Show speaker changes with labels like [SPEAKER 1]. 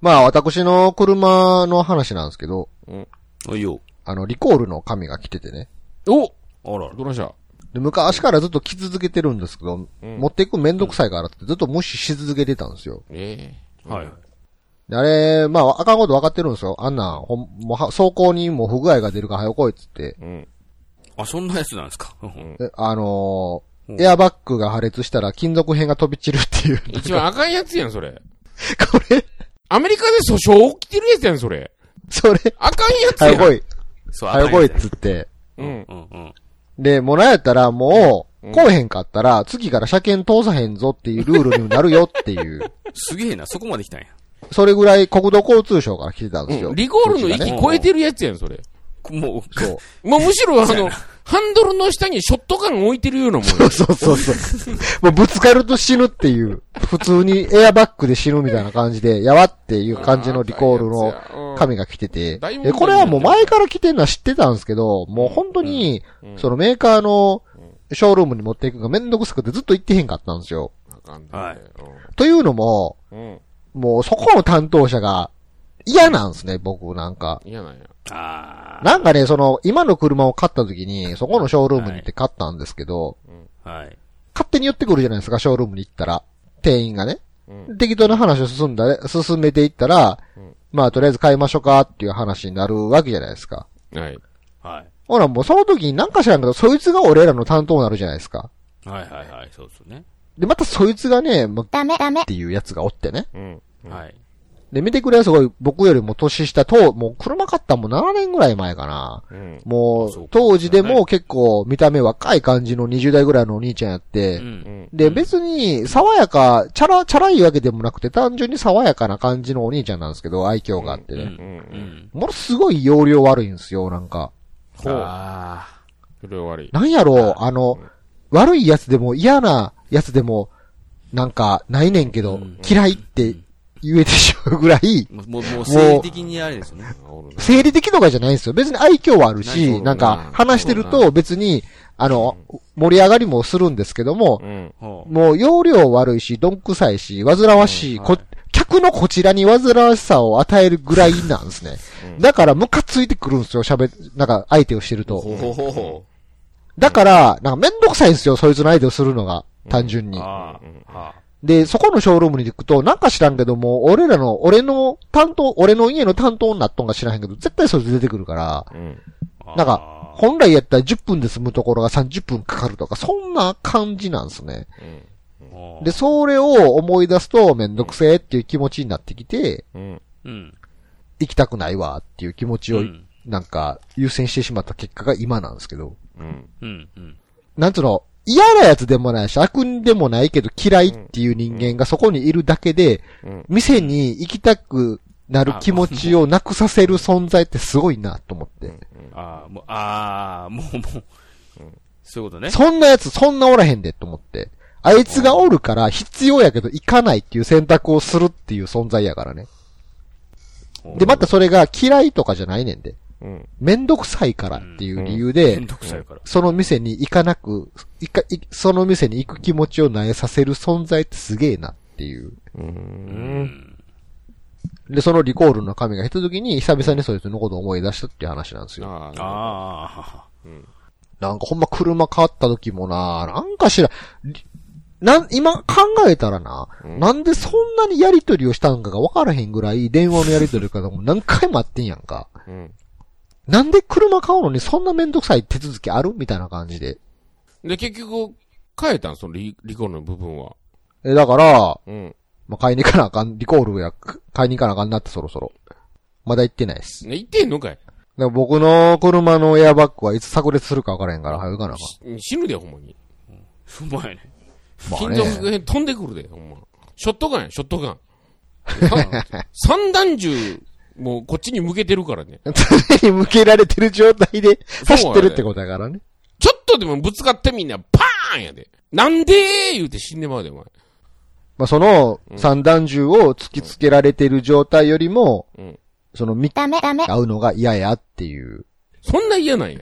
[SPEAKER 1] まあ、私の車の話なんですけど、
[SPEAKER 2] おいよ。
[SPEAKER 1] あの、リコールの紙が来ててね。
[SPEAKER 3] お
[SPEAKER 2] あらら。
[SPEAKER 3] どないした
[SPEAKER 1] で、昔からずっと着続けてるんですけど、
[SPEAKER 3] うん
[SPEAKER 1] 持っていくのめんどくさいからってずっと無視し続けてたんですよ。
[SPEAKER 3] ええ
[SPEAKER 2] はい。
[SPEAKER 1] で、あれ、まあ、あかんこと分かってるんですよ。あんなん、ほん、もうは、走行にもう不具合が出るから早来いっつって。
[SPEAKER 3] うん。
[SPEAKER 2] あ、そんなやつなんですか。うん
[SPEAKER 1] であのー
[SPEAKER 2] うん
[SPEAKER 1] エアバッグが破裂したら金属片が飛び散るっていう。
[SPEAKER 3] 一番あかんやつやん、それ。
[SPEAKER 1] これ、
[SPEAKER 3] アメリカで訴訟起きてるやつやん、それ。
[SPEAKER 1] それ、
[SPEAKER 3] あかんやつ
[SPEAKER 1] 早
[SPEAKER 3] やん。
[SPEAKER 1] 来い、
[SPEAKER 2] そう、
[SPEAKER 1] 早来いっ
[SPEAKER 2] 赤やつ
[SPEAKER 1] つって。
[SPEAKER 2] う
[SPEAKER 3] うんん。
[SPEAKER 2] うんうん。
[SPEAKER 1] で、もらえたらもう、
[SPEAKER 3] うん
[SPEAKER 1] 来えへんかったら、次から車検通さへんぞっていうルールになるよっていう。
[SPEAKER 2] すげえな、そこまで来たんや。
[SPEAKER 1] それぐらい国土交通省から来てたんですよ。
[SPEAKER 3] うんリコールの
[SPEAKER 1] こっちがね
[SPEAKER 3] 域超えてるやつやん、それ。
[SPEAKER 2] もう、
[SPEAKER 1] そう。
[SPEAKER 3] もうむしろあの、ハンドルの下にショットガン置いてるようなもんや。
[SPEAKER 1] そうそうそう。 もうぶつかると死ぬっていう、普通にエアバッグで死ぬみたいな感じで、やわっていう感じのリコールの
[SPEAKER 3] の
[SPEAKER 1] 紙が来てて、
[SPEAKER 3] だいぶ
[SPEAKER 1] でこれはもう前から来てるのは知ってたんですけど、もう本当に、そのメーカーのショールームに持っていくのがめんどくさくてずっと行ってへんかったんですよ。
[SPEAKER 2] はい
[SPEAKER 1] というのも、
[SPEAKER 3] うん。
[SPEAKER 1] もうそこの担当者が嫌なんですね、僕なんか。
[SPEAKER 3] 嫌なんや。
[SPEAKER 2] あ
[SPEAKER 1] なんかね、その、今の車を買った時に、そこのショールームに行って買ったんですけど、
[SPEAKER 2] あ。はい。
[SPEAKER 1] 勝手に寄ってくるじゃないですか、ショールームに行ったら。店員がね。
[SPEAKER 3] うん
[SPEAKER 1] 適当な話を進んだね、進めていったら、
[SPEAKER 3] うん
[SPEAKER 1] まあとりあえず買いましょうかっていう話になるわけじゃないですか。
[SPEAKER 3] はい。
[SPEAKER 2] はい。
[SPEAKER 1] ほらもうその時になんか知らんけど、そいつが俺らの担当になるじゃないですか。
[SPEAKER 2] はいはいはい、そうですよね。
[SPEAKER 1] で、またそいつがね、まダメダメっていうやつがおってね。
[SPEAKER 3] うん。
[SPEAKER 2] はい。
[SPEAKER 1] で、見てくれはすごい僕よりも年下と、もう車買ったのも7年ぐらい前かな。
[SPEAKER 3] うん。
[SPEAKER 1] も
[SPEAKER 2] そうか、
[SPEAKER 1] う当時でも結構見た目若い感じの20代ぐらいのお兄ちゃんやって、
[SPEAKER 2] うん
[SPEAKER 3] うん。。
[SPEAKER 1] で、別に、爽やか、チャラ、チャラいわけでもなくて、単純に爽やかな感じのお兄ちゃんなんですけど、愛嬌があって
[SPEAKER 2] う
[SPEAKER 1] ね。
[SPEAKER 2] うんん。
[SPEAKER 1] ものすごい容量悪いんですよ、なんか。
[SPEAKER 3] ほう。
[SPEAKER 2] あ
[SPEAKER 3] それは悪い。
[SPEAKER 1] なんやろう、あの、悪いやつでも嫌なやつでも、なんか、ないねんけ
[SPEAKER 2] う
[SPEAKER 1] ど
[SPEAKER 2] ん、
[SPEAKER 1] 嫌いって言えてしまうぐらい
[SPEAKER 2] あ。、もう、もう、もう生理的にあれですよね。
[SPEAKER 3] おるな
[SPEAKER 1] 生理的とかじゃないんですよ。別に愛嬌はあ
[SPEAKER 2] な
[SPEAKER 1] る
[SPEAKER 2] い
[SPEAKER 1] し、なん
[SPEAKER 3] う
[SPEAKER 1] か
[SPEAKER 3] ん、
[SPEAKER 1] 話してる
[SPEAKER 3] う
[SPEAKER 1] と別に、あの、盛り上がりもするんですけども、
[SPEAKER 3] うん。
[SPEAKER 2] ほう。
[SPEAKER 1] もう容量悪いし、どんくさいし、煩わしい、
[SPEAKER 2] うん
[SPEAKER 1] こ
[SPEAKER 2] はい
[SPEAKER 1] 客のこちらに煩わしさを与えるぐらいなんですね。だから、ムカついてくるんですよ、喋、なんか、相手をしてると。
[SPEAKER 2] ほうほうほ
[SPEAKER 1] だから、なんか、めんどくさいんですよ、そいつの相手をするのが、単純
[SPEAKER 2] う。
[SPEAKER 1] に。
[SPEAKER 2] あ
[SPEAKER 3] うん
[SPEAKER 2] あ。は
[SPEAKER 1] で、そこのショールームに行くと、なんか知らんけども、俺らの、俺の担当、俺の家の担当になっとんか知らへんけど、絶対そいつ出てくるから、
[SPEAKER 3] うん。
[SPEAKER 2] あ。
[SPEAKER 1] なん
[SPEAKER 2] か
[SPEAKER 1] 本来やったら10分で済むところが30分かかるとか、そんな感じなんですね。で、それを思い出すと、めんどくせえっていう気持ちになってきて、
[SPEAKER 3] うん。
[SPEAKER 2] うん。
[SPEAKER 1] 行きたくないわっていう気持ちを、
[SPEAKER 2] うん
[SPEAKER 1] なんか、優先してしまった結果が今なんですけど。
[SPEAKER 3] うん。
[SPEAKER 2] うん。うん。
[SPEAKER 1] なんつうの、嫌なやつでもないし、悪人でもないけど嫌いっていう人間がそこにいるだけで、
[SPEAKER 3] うん。
[SPEAKER 1] 店に行きたくなる気持ちをなくさせる存在ってすごいなと思って。
[SPEAKER 2] ああ、もう、ああ、もう、もう。そういうことね。
[SPEAKER 1] そんなやつそんなおらへんでと思って。あいつがおるから必要やけど行かないっていう選択をするっていう存在やからね。で、またそれが嫌いとかじゃないねんで。
[SPEAKER 3] うん。
[SPEAKER 1] めんどくさいからっていう理由で、
[SPEAKER 2] めんどくさいから。
[SPEAKER 1] その店に行かなく、いか、いその店に行く気持ちを萎えさせる存在ってすげえなっていう。
[SPEAKER 3] うん。
[SPEAKER 1] で、そのリコールの紙が来た時に、久々にそいつのことを思い出したっていう話なんですよ。
[SPEAKER 3] ああ。
[SPEAKER 2] あ
[SPEAKER 1] なんかほんま車買った時もな、なんかしら、りなん、今考えたらな、
[SPEAKER 3] うん
[SPEAKER 1] なんでそんなにやりとりをしたんかがわからへんぐらい、電話のやりとりからも う何回もあってんやんか。
[SPEAKER 3] うん。
[SPEAKER 1] なんで車買うのにそんなめんどくさい手続きあるみたいな感じで。
[SPEAKER 3] で、結局、変えたんそのリリコールの部分は。
[SPEAKER 1] え、だから、
[SPEAKER 3] うん。
[SPEAKER 1] まあ、買いに行かなあかん、リコールや、買いに行かなあかんなってそろそろ。まだ行ってないっす。だか
[SPEAKER 3] ね、言ってんのかい
[SPEAKER 1] ら僕の車のエアバッグはいつ炸裂するか分からへんから、早く行かなあかん。
[SPEAKER 3] し死ぬで、ほんまに。
[SPEAKER 2] あ。うまいね。
[SPEAKER 1] まあね
[SPEAKER 3] 金属片飛んでくるで、ほんま。ショットガンや、ショットガン。さ散弾銃、もうこっちに向けてるからね。
[SPEAKER 1] 常に向けられてる状態 で
[SPEAKER 3] そう
[SPEAKER 1] 走ってるってことやからね。
[SPEAKER 3] ちょっとでもぶつかってみんな、パーンやで。なんでー言うて死んでまうで、お前。
[SPEAKER 1] まあ、その散弾銃を突きつけられてる状態よりも、
[SPEAKER 3] うん
[SPEAKER 1] その見合うのが嫌やっていう。
[SPEAKER 3] そんな嫌なんや。